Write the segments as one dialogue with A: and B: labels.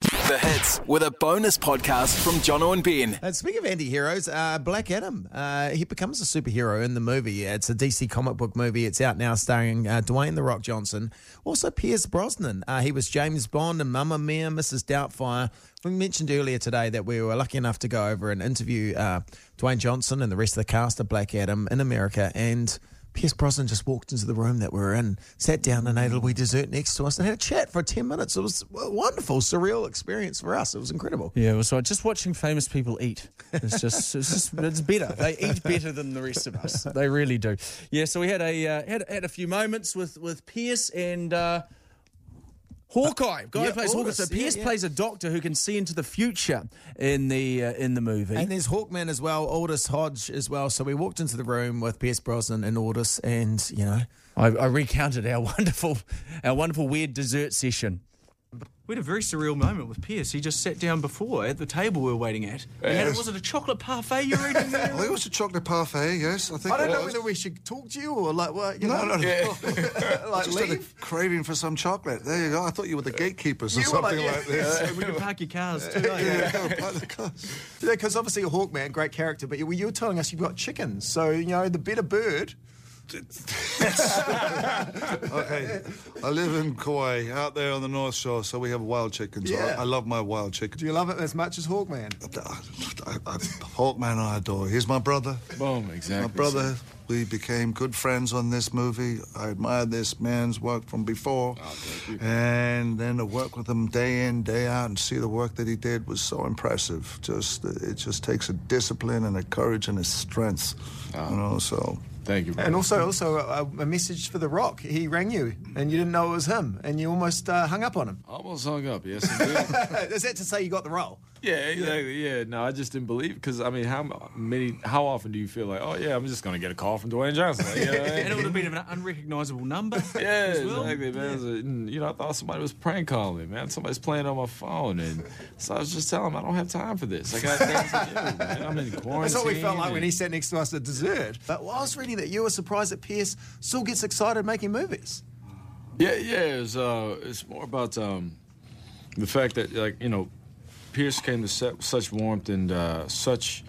A: the hits with a bonus podcast from Jono and Ben.
B: Uh, speaking of anti-heroes, uh, Black Adam, uh, he becomes a superhero in the movie. It's a DC comic book movie. It's out now starring uh, Dwayne The Rock Johnson, also Pierce Brosnan. Uh, he was James Bond and Mamma Mia, Mrs. Doubtfire. We mentioned earlier today that we were lucky enough to go over and interview uh, Dwayne Johnson and the rest of the cast of Black Adam in America and... Pierce Brosnan just walked into the room that we were in, sat down and ate a wee dessert next to us, and had a chat for 10 minutes. It was a wonderful, surreal experience for us. It was incredible.
C: Yeah, well, so just watching famous people eat. It's just, it's just, it's better. They eat better than the rest of us. They really do. Yeah, so we had a uh, had, had a few moments with with Pierce and. Uh, Hawkeye, guy
B: yeah,
C: who plays Hawkeye.
B: August,
C: So
B: yeah,
C: Pierce
B: yeah.
C: plays a doctor who can see into the future in the uh, in the movie.
B: And there's Hawkman as well, Aldous Hodge as well. So we walked into the room with Pierce Brosnan and Aldous, and you know,
C: I, I recounted our wonderful, our wonderful weird dessert session.
D: We had a very surreal moment with Pierce. He just sat down before at the table we were waiting at. And had- was it a chocolate parfait you were eating there?
E: I think it was a chocolate parfait, yes. I think
F: I don't
E: it
F: know
E: was.
F: whether we should talk to you or like what you
E: No,
F: know.
E: no, no.
F: like
E: Just had a
F: leave.
E: craving for some chocolate. There you go. I thought you were the gatekeepers or
F: You were like-
E: something like, this.
D: we could park your cars too. eh?
E: Yeah, go apply the cost.
F: Because obviously a Hawkman, great character, but you, you were telling us you've got chickens, so you know the better bird.
E: Okay. I live in Kauai, out there on the North Shore, so we have wild chickens.
F: Yeah.
E: I, I love my wild chicken.
F: Do you love it as much as Hawkman?
E: I- I- I- Hawkman I adore. He's my brother.
G: Boom, exactly.
E: My brother. We became good friends on this movie. I admired this man's work from before. and then to work with him day in, day out, and see the work that he did was so impressive. Just It just takes a discipline and a courage and a strength. You know, so.
G: Thank you. Brother.
F: And also, also a, a message for The Rock. He rang you, and you didn't know it was him, and you almost uh, hung up on him.
G: almost hung up. Yes, indeed.
F: Is that to say you got the role?
G: yeah, exactly. Yeah, no, I just didn't believe because I mean, how many, how often do you feel like, oh yeah, I'm just gonna get a call from Dwayne Johnson? Like, you know what I mean?
D: And it would have been an unrecognisable number.
G: Yeah,
D: as well.
G: exactly, man. It was a- and, you know, I thought somebody was prank calling me, man. Somebody's playing on my phone, and so I was just telling him I don't have time for this. I got things to do, man. I'm in quarantine.
F: That's what we felt like when
G: and-
F: he sat next to us at dessert. But I was reading that you were surprised that Pierce still gets excited making movies.
G: Yeah, yeah. It's uh, it's more about um, the fact that like you know, Pierce came to set with such warmth and uh, such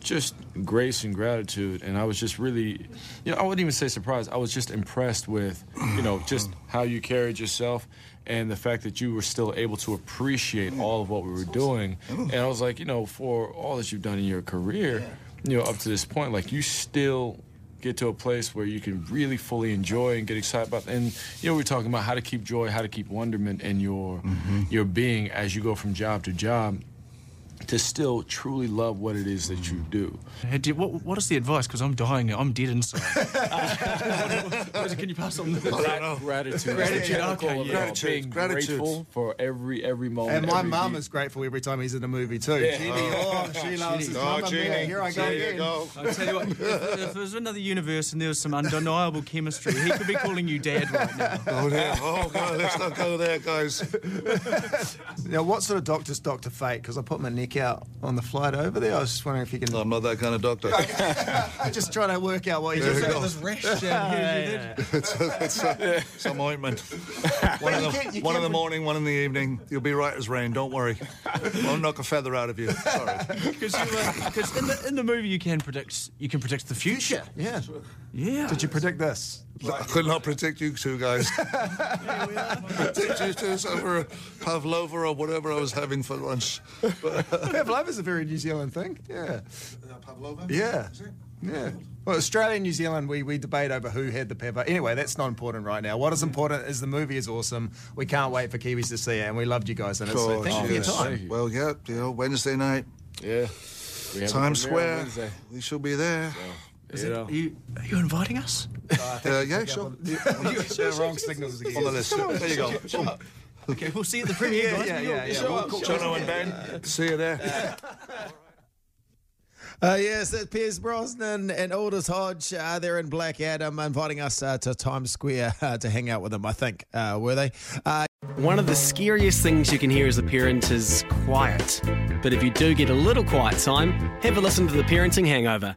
G: just grace and gratitude, and I was just really, you know, I wouldn't even say surprised. I was just impressed with, you know, just how you carried yourself and the fact that you were still able to appreciate all of what we were doing. And I was like, you know, for all that you've done in your career, you know, up to this point, like you still get to a place where you can really fully enjoy and get excited about and you know we're talking about how to keep joy how to keep wonderment in your your being as you go from job to job to still truly love what it is that you do
D: Hey, do- what, what is the advice? Because I'm dying. now. I'm dead inside. Can you pass on the...
E: I don't know.
G: gratitude
D: Gratitude,
G: Yeah,
D: okay,
G: all of it,
E: yeah.
G: all
E: Gratitude,
G: being
E: gratitude.
G: grateful for every every moment
F: And my
G: every
F: mum
G: beat.
F: is grateful every time he's in a movie too. Jeannie, oh, she loves his Mamma Mia. Here I go
E: There
F: again.
E: you go.
D: I tell you what, if, if there was another universe and there was some undeniable chemistry, he could be calling you dad right now.
E: Go there. Oh, God, let's not go there, guys.
F: Now, what sort of doctor's Doctor Fate? Because I put my neck out on the flight over there. I was just wondering if you can.
E: I'm not that kind of doctor.
F: I'm just trying to work out what you just
E: you
F: got
E: go.
F: this rash down here. you did.
E: it's uh, some ointment. One, in
F: you
E: the,
F: can't- you
E: one in the
F: can't-
E: morning, one in the evening. You'll be right as rain. Don't worry. Won't knock a feather out of you. Sorry.
D: Because in, the, in the movie you can predict you can predict the future.
F: Yeah.
D: Yeah.
F: Did you predict this?
E: I could not predict you two guys. predict you two over a pavlova or whatever I was having for lunch.
F: Pavlova is a very New Zealand thing. Yeah.
E: pavlova?
F: Yeah. Yeah. Well, Australia and New Zealand, we, we debate over who had the pepper. Anyway, that's not important right now. What is important is the movie is awesome. We can't wait for Kiwis to see it, and we loved you guys in it. so thank you for your
E: yes.
F: time.
E: Well, yeah, you know, Wednesday night,
G: yeah we have a premiere on
E: Times Square.
G: Wednesday,
E: We shall be there.
G: you know.
D: Are you, are you inviting us?
E: Uh, yeah, sure.
F: Yeah, wrong signals again.
E: On the list. There you go. Boom.
D: Okay, we'll see you at the premiere, guys.
F: yeah, yeah, yeah.
E: Jono and Ben. See you there.
B: Uh, yes, that's Piers Brosnan and Aldous Hodge. Uh, they're in Black Adam, inviting us uh, to Times Square uh, to hang out with them. I think uh, were they? Uh,
H: One of the scariest things you can hear as a parent is quiet. But if you do get a little quiet time, have a listen to The Parenting Hangover.